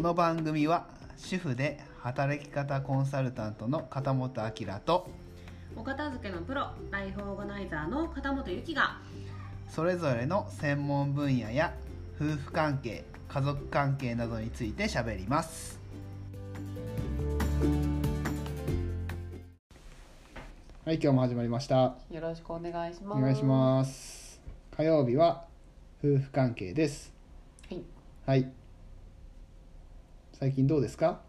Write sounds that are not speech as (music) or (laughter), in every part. の番組は主婦で働き方コンサルタントの片本明とお片付けのプロライフオーガナイザーの片本由紀がそれぞれの専門分野や夫婦関係家族関係などについて喋りますはい今日も始まりましたよろしくお願いしおます願いします火曜日は夫婦関係ですすはいはい最近どうですか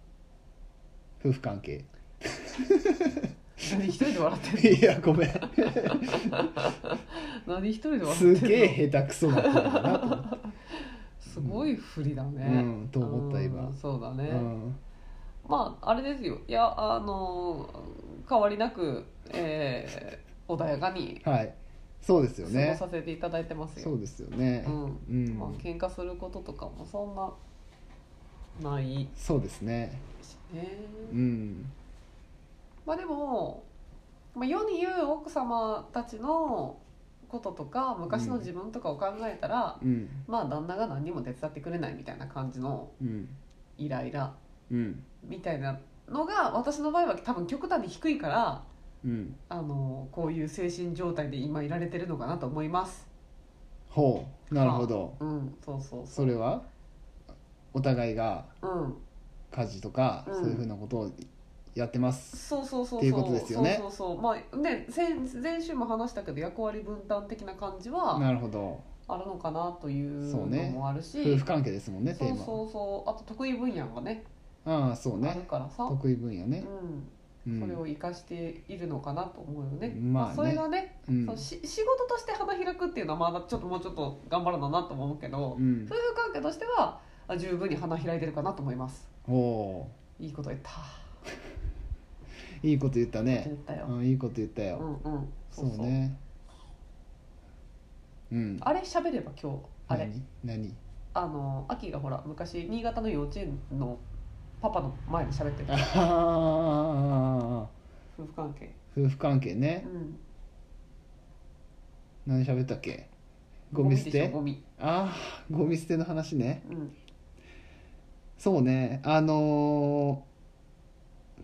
夫婦関 (laughs) 係何一人で笑っていやごめんる何一人で笑ってするげえ下手くそな子だなと思 (laughs) って、すごい振りだねうんと思ったうん今そうだね、うん、まああれですよいやあの変わりなく、えー、穏やかにはいそうです過よごねさせていただいてますよそうですよねうんうん、まあ喧嘩することとかもそんなないそうですねしね、うんまあでも、まあ、世に言う奥様たちのこととか昔の自分とかを考えたら、うんまあ旦那が何にも手伝ってくれないみたいな感じのうんイライラうんみたいなのが私の場合は多分極端に低いからうんあのこういう精神状態で今いられてるのかなと思います。ほうなるほど、うん、そうそうそれはお互いがう。うん、家事とか、うんそういうふうなことをやってますそうそうそうそう。っていうことですよねそうそうそう。まあね先前週も話したけど役割分担的な感じはなるほどあるのかなというそうのねもあるし、夫婦関係ですもんねテそーうマそうそう。あと得意分野がねああそうあるねからさ、得意分野ね、ううん、ん、それを活かしているのかなと思うよね。まあねそれがね、うんそのし仕事として花開くっていうのはまだちょっともうちょっと頑張るのなとも思うけど、うん夫、婦関係としてはあ十分に花開いてるかなと思いますほいいこと言ったういいこと言った言ねったよ、うんいいこと言ったうよ、んうんそうねうんあれ喋れば今日あれ何何あの秋がほら昔新潟の幼稚園のパパの前に喋ってあるあ夫婦関係夫婦関係うねん何喋ったっけゴミ捨でしょてゴミああゴミ捨ての話ねうんそうねあの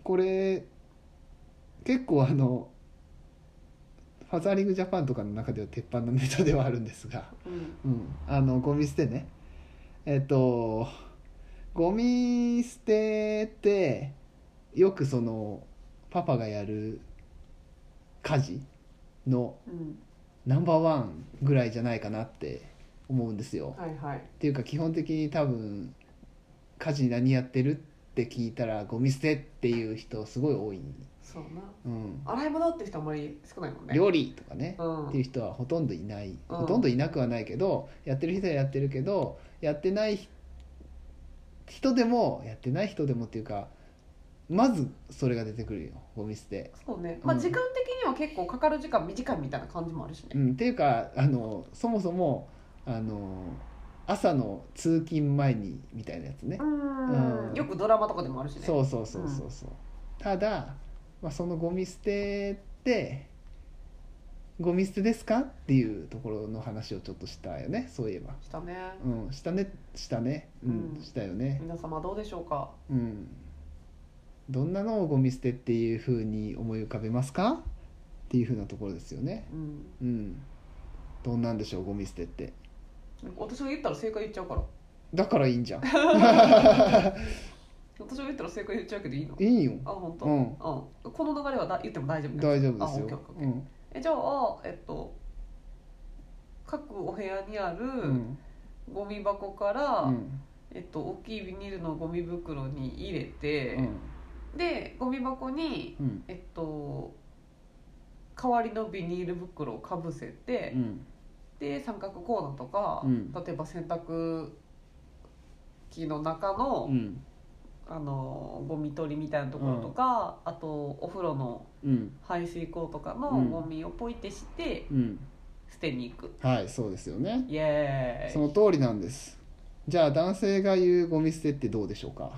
ーこれ結構あのファザーリングジャパンとかの中では鉄板のネタではあるんですが、うんうん、あのゴミ捨てねえっとゴミ捨てってよくそのパパがやる家事のうんナンバーワンぐらいじゃないかなって思うんですよ。はいはいっていうか基本的に多分家事何やってるって聞いたらゴミ捨てっていう人すごい多い、そううん、な洗い物って人あんまり少ないもんね料理とかねうんっていう人はほとんどいない、うんほとんどいなくはないけどやってる人はやってるけどやってない人人でもやってない人でもっていうかまずそれが出てくるよゴミ捨て、そうねまあうん時間的には結構かかる時間短いみたいな感じもあるしうねん。っていうかあのそもそもあの朝の通勤前にみたいなやつねう、んうんよくドラマとかでもあるしねそうそうそうそうそう、ただ、まあ、そのゴミ捨てってゴミ捨てですかっていうところの話をちょっとしたよねそういえばしたねうんしたねしたねうん、うんしたよね皆様どうでしょうかうんどんなのをゴミ捨てっていうふうに思い浮かべますかっていうふうなところですよねうんうんどんなんでしょうゴミ捨てって私が言ったら正解言っちゃうからだからいいん (laughs) じゃん私が言ったら正解言っちゃうけどいいのいいよあ本当。うんうんこの流れはだ言っても大丈夫大丈夫ですあオッケーよオッケーオッケーうんえじゃあえっと各お部屋にあうるんゴミ箱から、うんえっと、大きいビニールのゴミ袋に入れてう、んでゴミ箱にうんえっと代わりのビニール袋をかぶせて、うんで三角コーナーとか、うん例えば洗濯機の中の,、うんあのゴミ取りみたいなところとか、あとお風呂のうん排水口とかのうんゴミをポイってしてうん捨てに行く、はいそうですよねイエそーイの通りなんですじゃあ男性が言うゴミ捨てってどうでしょうか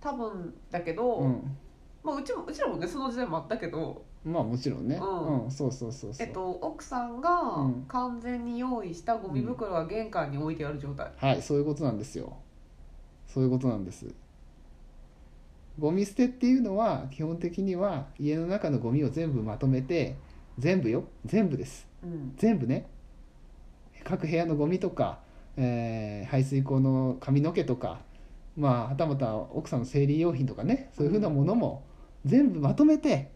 多分だけど、うんまあ、うちもうちらもねその時代もあったけど、まあもちろんねうんうんそうそうそうそえうっと、奥さんがうん完全に用意したゴミ袋は玄関に置いてある状態、はいそういうことなんですよそういうことなんですゴミ捨てっていうのは基本的には家の中のゴミを全部まとめて全部よ全部ですうん全部ね各部屋のゴミとか、えー排水口の髪の毛とかまあはたまた奥さんの生理用品とかねそういうふうなものも全部まとめて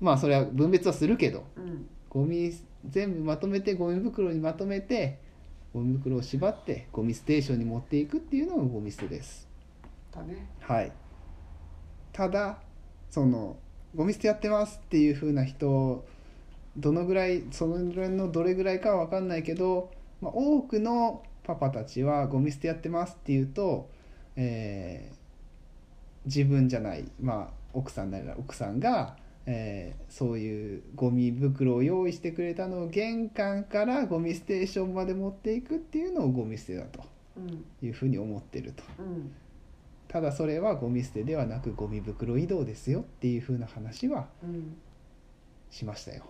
まあそれは分別はするけどうんゴミ全部まとめてゴミ袋にまとめてゴミ袋を縛ってゴミステーションに持っていくっていうのがゴミ捨てです。だねはい、ただそのゴミ捨てやってますっていう風な人どのぐらいそのぐらいのどれぐらいかは分かんないけど、まあ、多くのパパたちはゴミ捨てやってますっていうと、えー自分じゃない、まあ、奥さんなら奥さんが、えーそういうゴミ袋を用意してくれたのを玄関からゴミステーションまで持っていくっていうのをゴミ捨てだとうんいうふうに思ってると。うんただそれはゴミ捨てではなくゴミ袋移動ですよっていう風な話はうんしましたよ。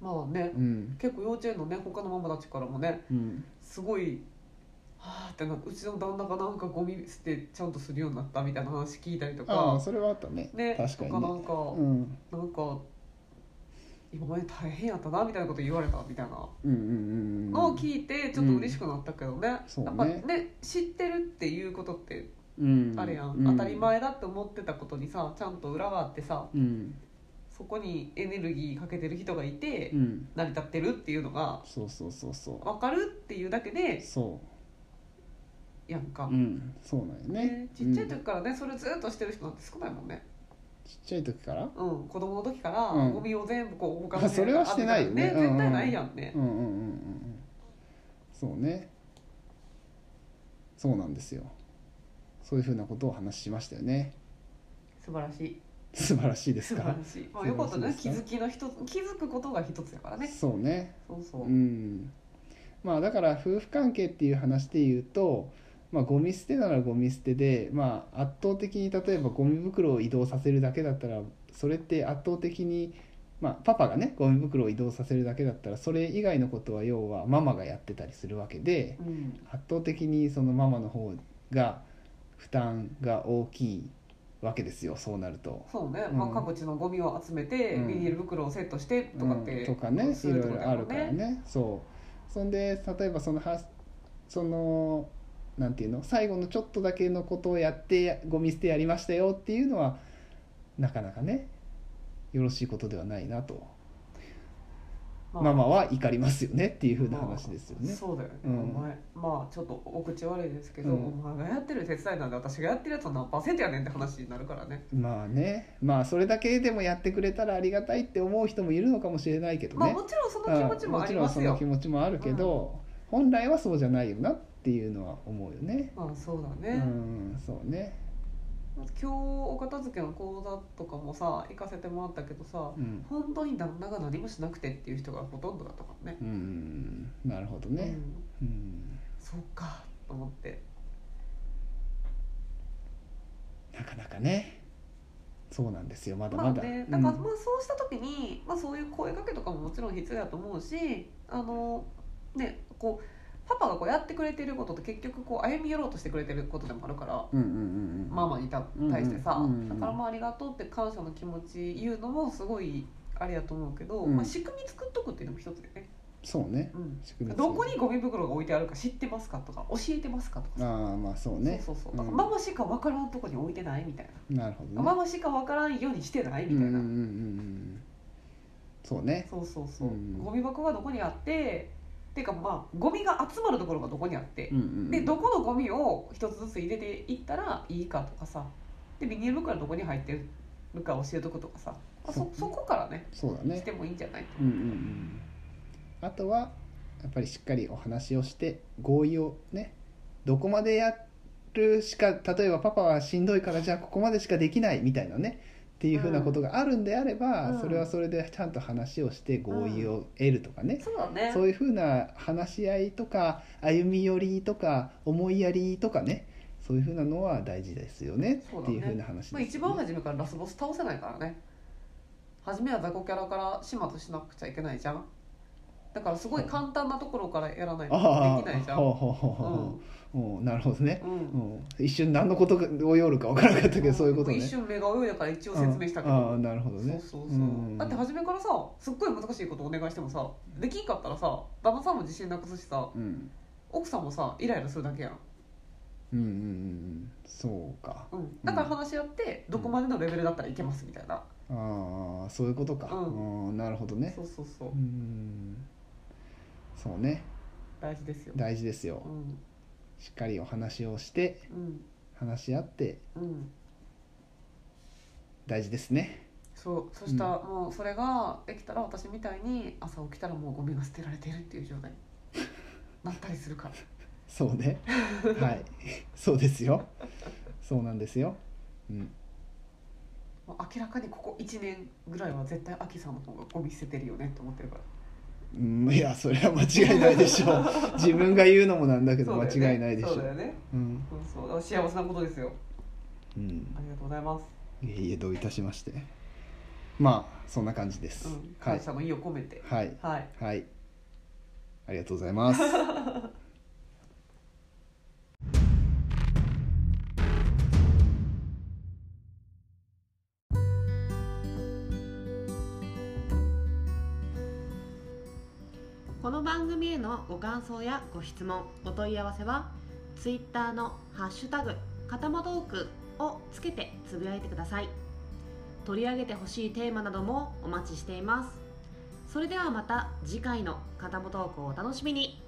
まあねうん、結構幼稚園のね他のママたちからもねうん、すごいはあってなうちの旦那がなんかゴミ捨てちゃんとするようになったみたいな話聞いたりとああかそれはあったねね確かとかになね。んか、うん、なんか今まで大変やったなみたいなこと言われたみたいなうんうんうんうんのを聞いてちょっと嬉しくなったけどね、そうねやっぱね知ってるっていうことってうんあれやん、う当たり前だって思ってたことにさちゃんと裏があってさうんそこにエネルギーかけてる人がいて、うん成り立ってるっていうのがそうそうそうそ分かるっていうだけうでそやんか、ううんそうなんよねねちっちゃいうん時からねそれずっとしてる人なんて少ないもんね、ちっちゃい時からうん、子供の時からうんゴミを全部こう保管あそれはしてないよねねうんうん絶対ないやんねう、んうんうんうんうんそうねそうなんですよそういう風なことを話しましたよね素晴らしい素晴らしいです素か晴らしい。まあ、よかったね、素気晴らしづきの一つ、気づくことが一つだからね。そうねそうそうう。ん、まあだから夫婦関係っていう話で言うと、まあ、ゴミ捨てならゴミ捨てで、まあ、圧倒的に例えばゴミ袋を移動させるだけだったらそれって圧倒的に、まあ、パパがねゴミ袋を移動させるだけだったらそれ以外のことは要はママがやってたりするわけでうん。圧倒的にそのママの方が負担が大きいわけですよそうなると。そうね、うんまあ、各地のゴミを集めて、うんビニール袋をセットしてとかって、うんとかねすいろるいってことろだあもるんから。ねそうそんで例えばそのはそのなんていうの最後のちょっとだけのことをやってゴミ捨てやりましたよっていうのはなかなかねよろしいことではないなと、まママは怒りますよねっていうふうな話ですよね、そうだよね、うんお前まあちょっとお口悪いですけど、うんお前がやってる手伝いなんで私がやってるやつは何パーセントやねんって話になるからねまあねまあそれだけでもやってくれたらありがたいって思う人もいるのかもしれないけどまあね、もちろんその気持ちもありますうんもよちろんその気持ちもあるけど、本来はそうじゃないよなっていうのは思うよねまあそうだうね、んそうね今日お片付けの講座とかもさ行かせてもらったけどさ、うん本当に旦那が何もしなくてっていう人がほとんどだったからねうんなるほどうね、んうん、そうかと思ってなかなかねそうなんですよまだまあまだ、ねだからうんまあそうした時に、まあ、そういう声かけとかももちろん必要だと思うしあのねこうパパがこうやってくれてることって結局こう歩み寄ろうとしてくれてることでもあるからうんうんうんうんママにた対してさ、うんうんうんだからまあありがとうって感謝の気持ち言うのもすごいあれやと思うけど、うんまあ、仕組み作っとくっていうのも一つでね、そうねうん、仕組みどこにゴミ袋が置いてあるか知ってますかとか教えてますかとかさああまあそうねそうそうそう、だからうんママしか分からんとこに置いてないみたいなるほな、どマねマしか分からんようにしてないみたいうんうんな、うんうんうんそうねそうそうそう、うんゴミ箱がどこにあってっていうかまあゴミが集まるところがどこにあって、うんうんでどこのゴミを一つずつ入れていったらいいかとかさでビニール袋はどこに入ってるか教えとくとかさ、まあ、そうそそこからねそうだしねてもいいんじゃないうんうんうんあとはやっぱりしっかりお話をして合意をねどこまでやるしか例えばパパはしんどいからじゃあここまでしかできないみたいなねっていうふうなことがあるんであれば、うんそれはそれでちゃんと話をして合意を得るとかね、そうだねそういうふうな話し合いとか歩み寄りとか思いやりとかねそういうふうなのは大事ですよねそうっだてねいうふうな話です、まあ、一番初めからラスボス倒せないからね初めは雑魚キャラから始末しなくちゃいけないじゃんだからすごい簡単なところからやらないとできないじゃん、ああうほうほうほうほう、ん、おなるほどね、うんうん、一瞬何のことをよるか分からなかったけどそういうことね一瞬目が泳いだから一応説明したけど、ああなるほどねそうそうそう、うんだって初めからさすっごい難しいことお願いしてもさできんかったらさ旦那さんも自信なくすしさうん奥さんもさイライラするだけやん、うんうんうんうんそうかうん、だから話し合ってどこまでのレベルだったらいけますみたいな、ああそういうことか、ううん、なるほどねそうそうそううんそうね大事ですよ大事ですようんしっかりお話をしてうん話し合ってうん大事ですねそうそしたらもうそれができたら私みたいに朝起きたらもうゴミが捨てられてるっていう状態になったりするからそう (laughs) ねはいそうですよそうなんですようんもう明らかにここ1年ぐらいは絶対アキさんの方がゴミ捨ててるよねって思ってるからうんいやそれは間違いないでしょう自分が言うのもなんだけどそうだよね間違いないでしょそうだよねうん、そうそうだから幸せなことですようんあ、りがとうございます、いえいえどういたしましてまあそんな感じです、うん、は感い謝の意を込めてはいはいはいありがとうございますこの番組へのご感想やご質問お問い合わせは Twitter の「ハッシュタグかたまトーク」をつけてつぶやいてください取り上げてほしいテーマなどもお待ちしていますそれではまた次回の「かたまトーク」をお楽しみに